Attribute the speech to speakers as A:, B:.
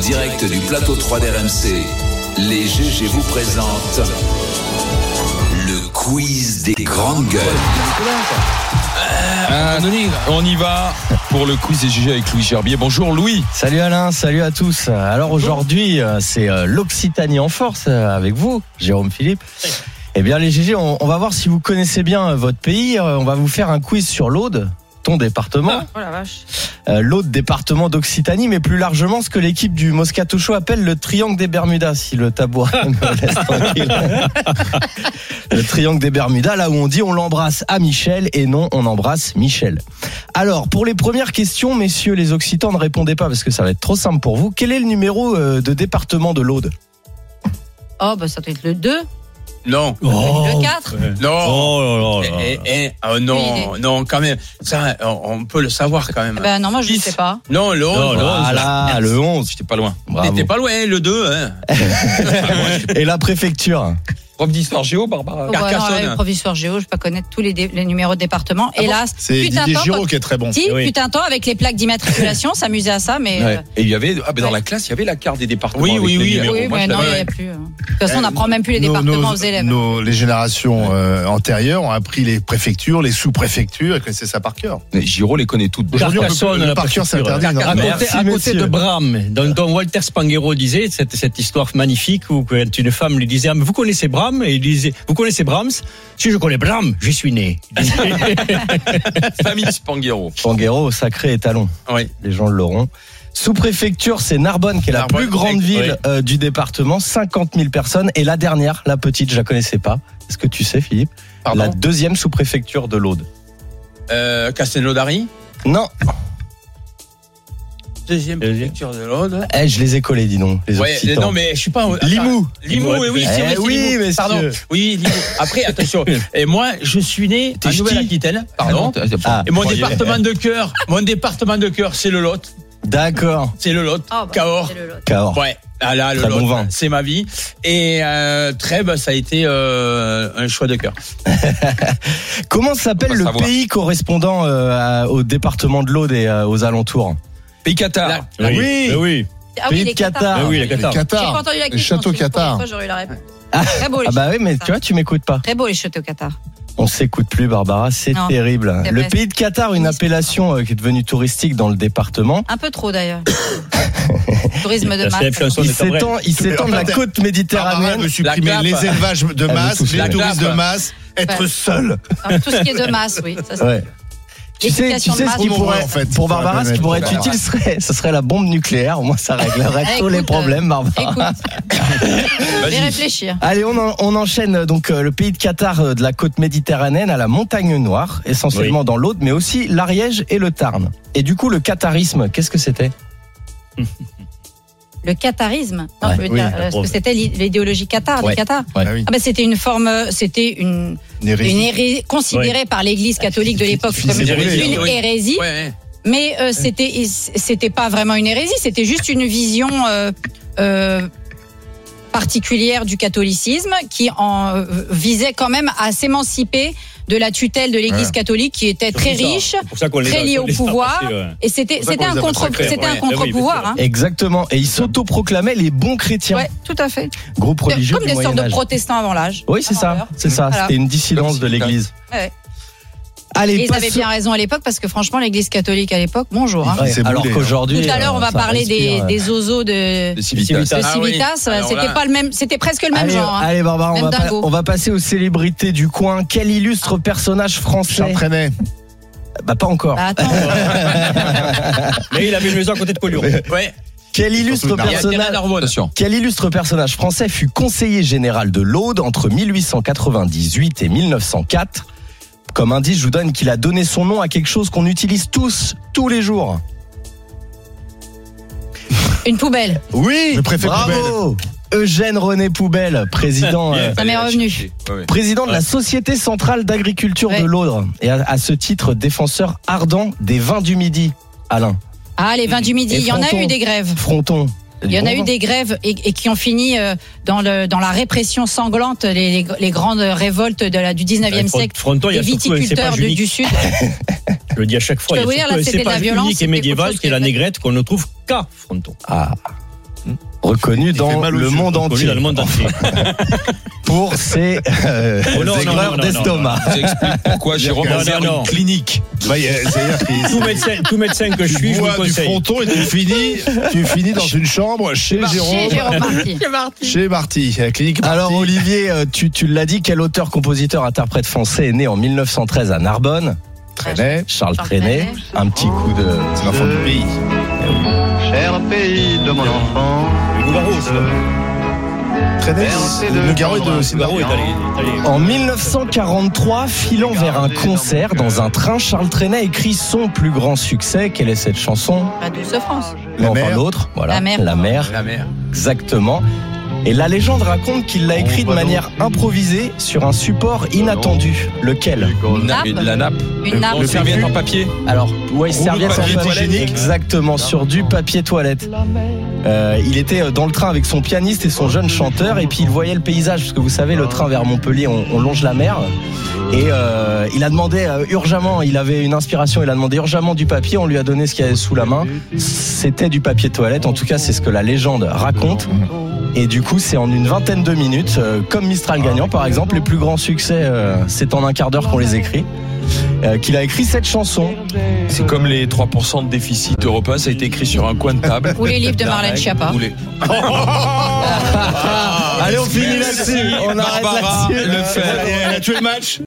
A: direct du plateau 3 d'RMC, les GG vous présentent le quiz des grandes gueules.
B: Ah, on y va pour le quiz des GG avec Louis Gerbier. Bonjour Louis.
C: Salut Alain, salut à tous. Alors aujourd'hui, euh, c'est euh, l'Occitanie en force euh, avec vous, Jérôme Philippe. Eh bien les GG, on, on va voir si vous connaissez bien euh, votre pays. Euh, On va vous faire un quiz sur l'Aude, ton département.
D: Oh la vache.
C: Euh, L'Aude, département d'Occitanie, mais plus largement ce que l'équipe du Moscato Show appelle le triangle des Bermudas, si le tabouret me laisse tranquille. le triangle des Bermudas, là où on dit on l'embrasse à Michel et non on embrasse Michel. Alors, pour les premières questions, messieurs les Occitans, ne répondez pas parce que ça va être trop simple pour vous. Quel est le numéro euh, de département de l'Aude
D: Oh, bah ça doit être le 2,
E: Non,
D: le 4.
E: non.
B: Oh
E: Eh, eh, eh, oh non, non, quand même. Ça, on, on peut le savoir quand même.
D: Eh Ben non, moi je ne sais pas.
E: Non, le
B: Non,
E: 11.
B: le
C: Voilà, le 11.
B: J'étais pas loin.
C: Bravo.
E: Oh, T'étais pas loin, le 2. Hein.
C: Et la préfecture
B: Prof d'histoire géo, Barbara.
D: Donc, ouais, non,
E: Carcassonne.
D: ouais, le proviseur Géo, je peux connaître tous les, dé- les numéros de département. Et là,
F: C'est
D: putain
F: Didier
D: temps,
F: Giraud
D: quand-
F: qui est très bon.
D: si,
B: Oui.
D: putain temps, avec les plaques d'immatriculation, s'amuser à ça, mais. euh,
B: Et il y avait, ah, ben dans
D: Ouais.
B: la classe, il y avait la carte des départements.
E: Oui,
B: avec
E: oui,
B: les
E: oui.
B: numéros.
D: oui,
B: Moi,
D: mais
B: je
D: non,
B: l'avais.
D: il n'y a plus. hein. De toute façon, on n'apprend même plus les
F: Nos-
D: départements aux
F: nos-
D: élèves.
F: nos- les générations euh, antérieures ont appris les préfectures, les sous-préfectures et connaissaient ça par cœur.
B: Mais Giraud les connaît toutes.
F: Aujourd'hui, on peut-
G: Carcassonne,
F: le
G: la
F: par cœur, c'est
G: préfecture.
C: hein.
F: interdit.
G: À
F: non
G: côté,
C: Merci,
G: à côté
C: messieurs.
G: de Bram, dont, dont Walter Spanghero disait cette, cette histoire magnifique où quand une femme lui disait ah, mais vous connaissez Bram et il disait vous connaissez Brahms si je connais Bram j'y suis né. Il disait,
B: Famille Spanghero.
C: Panguero, sacré étalon.
E: Oui.
C: Les gens l'auront. Sous-préfecture, c'est Narbonne, qui est la
E: Narbonne,
C: plus grande
E: oui.
C: ville euh, du département, 50 000 personnes. Et la dernière, la petite, je la connaissais pas. Est-ce que tu sais, Philippe La
F: Pardon
C: deuxième sous-préfecture de l'Aude.
E: Euh, Castelnaudary.
C: Non,
E: Deuxième
G: Deuxième.
E: préfecture de l'Aude.
C: eh, je les ai collés, dis donc, les
E: Ouais,
C: Occitans.
E: non, mais je suis pas. attends.
C: Limoux.
E: Limoux, oui, oui,
C: Eh
E: c'est vrai, c'est
C: oui,
E: Limoux.
C: messieurs.
E: Pardon. Oui, Limoux. Après, attention. Et moi, je suis né
B: T'es
E: à
B: ch'ti
E: Nouvelle-Aquitaine. Pardon.
C: Ah,
E: Et mon
B: Croyez.
E: département de cœur, mon département de cœur, c'est le Lot.
C: d'accord.
E: C'est le Lot.
D: Ah, bah,
E: Cahors.
D: c'est le lot.
C: Cahors.
E: Ouais, ah là, le
C: Oh, Très bon
E: Lot,
C: vin.
E: c'est ma vie. Et euh, Trèbes, ça a été euh, un choix de cœur.
C: Comment
B: On
C: s'appelle
B: va
C: le
B: savoir.
C: pays correspondant euh, à- au département de l'Aude et euh, aux alentours
B: Pays Qatar.
E: La-
G: oui,
C: oui.
G: mais oui,
D: Ah
C: Pays
D: oui,
C: de
D: les Qatar.
C: Qatar.
G: mais oui, le
F: Le
G: Qatar.
D: J'ai pas
F: Qatar.
D: entendu la
F: Les
D: question.
F: châteaux
D: si je
F: Qatar.
D: comprenais pas, j'aurais eu la réponse.
C: Ah.
D: Très beau, les
C: Ah bah oui, mais
D: Qatar.
C: tu vois, tu m'écoutes pas.
D: Très beau, les châteaux Qatar.
C: On s'écoute plus, Barbara, c'est
D: Non,
C: terrible.
D: c'est
C: Le
D: vrai.
C: pays de Qatar, une
D: Oui, c'est
C: appellation euh, qui est devenue touristique dans le département.
D: Un peu trop d'ailleurs. Tourisme de
G: La célèbre
D: masse.
G: chanson
C: Il
G: est pas vrai.
C: s'étend, il s'étend de la
F: Attends.
C: côte
F: Barbara veut
C: méditerranéenne.
F: supprimer
E: La
F: les
E: clap.
F: élevages de
C: veut
F: masse,
C: souffler.
F: les
E: La
F: touristes de
E: clap.
F: masse, être
D: Ouais.
F: seul.
D: Alors, tout ce qui est de masse, oui. ça, c'est-
C: Ouais. Tu sais, tu
D: L'éducation
C: sais
D: de
C: ce qui
D: masse.
C: pourrait,
F: En fait,
C: pour
F: sur la
C: Barbara, ce qui
F: planète.
C: pourrait être utile serait, ce serait la bombe nucléaire. Au moins, ça réglerait
D: Ah,
C: tous les
D: écoute,
C: problèmes, Barbara.
D: Écoute, je vais réfléchir.
C: Allez, on, en- on enchaîne euh, donc euh, le pays de Qatar euh, de la côte méditerranéenne à la montagne noire, essentiellement dans l'Aude, mais aussi l'Ariège et le Tarn. Et du coup, le qatarisme, qu'est-ce que c'était
D: Hein Le qatarisme, non,
C: Ouais,
D: je veux
F: oui,
D: dire,
F: la
D: euh, parce
G: preuve.
D: que c'était l'i- l'idéologie Qatar,
C: Ouais.
D: du Qatar.
C: Ouais.
F: Ah oui.
D: Ah ben, c'était une forme, euh, c'était une,
F: Une hérésie.
D: une hérésie considérée par l'Église catholique de l'époque
F: C'est
D: comme une
F: une
E: hérésie, oui.
D: hérésie,
E: Ouais, ouais.
D: mais euh, c'était c'était pas vraiment une hérésie, c'était juste une vision euh, euh, particulière du catholicisme qui en euh, visait quand même à s'émanciper de la tutelle de l'Église
F: Ouais.
D: catholique qui était très riche
G: C'est pour ça qu'on les a-
D: très lié
G: qu'on
D: au
G: les a
D: pouvoir.
G: passés, ouais.
D: et c'était
F: C'est pour ça
D: c'était
F: qu'on
D: un
F: les appelle
D: contre
F: sacrés,
D: c'était
G: ouais.
D: un
G: Eh oui, bien
D: contre-pouvoir.
G: sûr.
D: hein.
C: Exactement. Et ils s'autoproclamaient les bons chrétiens.
D: Ouais, tout à fait.
C: Groupe religieux
D: Comme
C: du
D: des sortes de
C: Moyen-Âge.
D: protestants avant l'âge.
C: Oui, c'est
D: Avant
C: ça.
D: l'heure.
C: C'est ça.
D: Voilà.
C: C'était une dissidence de l'Église.
D: Ouais.
C: Allez,
D: Et ils avaient
C: passons.
D: bien raison à l'époque parce que franchement, l'Église catholique à l'époque, bonjour. hein.
C: Ouais,
F: Il s'est
C: alors
F: brûlé,
C: qu'aujourd'hui,
D: Tout à l'heure, on
C: euh,
D: va
C: ça
D: parler des,
C: respire, euh.
D: des osos de,
B: De Civitas.
D: de
E: Ah oui.
D: Civitas. euh,
E: Alors
D: C'était
E: là.
D: pas le même, c'était presque le même
C: Allez,
D: genre. hein.
C: allez, Barbara, on
D: Même Ah.
C: va, pas-
D: dingo.
C: on va passer aux célébrités du coin. Quel illustre personnage français
F: J'entraînais.
C: Bah pas encore.
D: Bah, attends,
G: Mais il avait une maison à côté de Collioure.
E: Ouais,
C: Quel illustre
F: surtout
E: il y a Thierry
C: personnage
E: Narbonne.
B: Attention.
C: quel illustre personnage français fut conseiller général de l'Aude entre 1898 et 1904 Comme indice, je vous donne qu'il a donné son nom à quelque chose qu'on utilise tous, tous les jours.
D: une poubelle.
C: Oui
F: Le préfet
C: Bravo Eugène René Poubelle, président, euh,
D: Ça m'est revenu.
B: Ouais, ouais.
C: président de la Société Centrale d'Agriculture de
D: Ouais.
C: l'Aude et à, à ce titre défenseur ardent des vins du Midi. Alain,
D: Ah, les vins du midi.
C: Et
D: Il y en a
C: Fronton.
D: eu des grèves.
C: fronton.
D: Il y en a eu des grèves et, et qui ont fini euh, dans, le, dans la répression sanglante, les, les- les grandes révoltes de la, du 19e siècle.
G: Fronton, il y
D: Les
G: a surtout un
D: viticulteurs
G: cépage
D: du,
G: unique.
D: du Sud.
G: Je le dis à chaque fois,
D: Je
G: il y
D: peux vous
G: a
D: dire, là,
G: surtout un
D: c'était de la
G: cépage
D: violence,
G: unique et
D: c'était quelque
G: médiéval
D: chose
G: qui est la
D: qui-
G: négrette qu'on ne trouve qu'à Fronton.
C: Ah, reconnu
F: Il fait
C: dans
F: mal aux
C: le
F: yeux,
C: monde
G: Connu
C: entier
G: dans le monde entier.
C: pour ses euh,
G: Oh non, non, non, non,
C: aigreurs
G: non,
C: d'estomac.
B: Je vous explique pourquoi Jérôme
G: Non,
B: a ouvert
G: non, non.
B: une clinique.
F: Bah, il y a- C'est-à-dire qu'il-
G: tout, médecin, tout médecin que je
F: tu
G: suis, je vous
F: bois du
G: conseille.
F: fronton et tu finis, tu finis dans une chambre chez
D: Chez
F: Jérôme,
D: Jérôme Marty.
F: chez Marty, à la clinique Marty.
C: Alors Olivier, euh, tu, tu l'as dit, quel auteur, compositeur, interprète français est né en 1913 à Narbonne
F: Traînait,
C: Charles
D: Charles
C: Trenet.
D: Trenet.
C: Un petit coup de...
F: c'est l'enfant du pays.
H: Cher pays de mon enfant,
G: Le Nougaro, c'est pas-
F: Traînait,
H: Bercé de
F: le garot est de
H: Cambrai.
G: le Nougaro est allé. est allé-
C: En 1943, filant vers un concert dans un train, Charles Trenet écrit son plus grand succès. Quelle est cette chanson
D: Pas douce France.
F: La
C: Enfin,
F: mer.
C: l'autre, voilà.
D: La mer.
C: La mer,
E: La mer.
C: exactement. Et la légende raconte qu'il l'a écrit de manière improvisée sur un support inattendu. Lequel
D: nappe.
B: Une- La nappe.
D: Une nappe.
B: Une serviette en papier.
C: Alors, ouais, serviette
B: papier
C: en papier,
B: toilette.
C: Exactement, sur du papier toilette. Euh, il était dans le train avec son pianiste et son jeune chanteur, et puis il voyait le paysage, parce que vous savez, le train vers Montpellier, on, on longe la mer. Et euh, il a demandé euh, urgemment, il avait une inspiration, il a demandé urgemment du papier, on lui a donné ce qu'il y avait sous la main. C'était du papier toilette, en tout cas c'est ce que la légende raconte. Et du coup c'est en une vingtaine de minutes, euh, comme Mistral gagnant par exemple, les plus grands succès, euh, c'est en un quart d'heure qu'on les écrit, euh, qu'il a écrit cette chanson.
B: C'est comme les 3% de déficit européen, ça a été écrit sur un coin de table.
D: Ou les livres de Marlène Schiappa.
B: Ou les-
C: Allez, on finit là-dessus. On arrête
B: Barbara
C: là-dessus.
B: Lefebvre.
F: Elle a tué le match.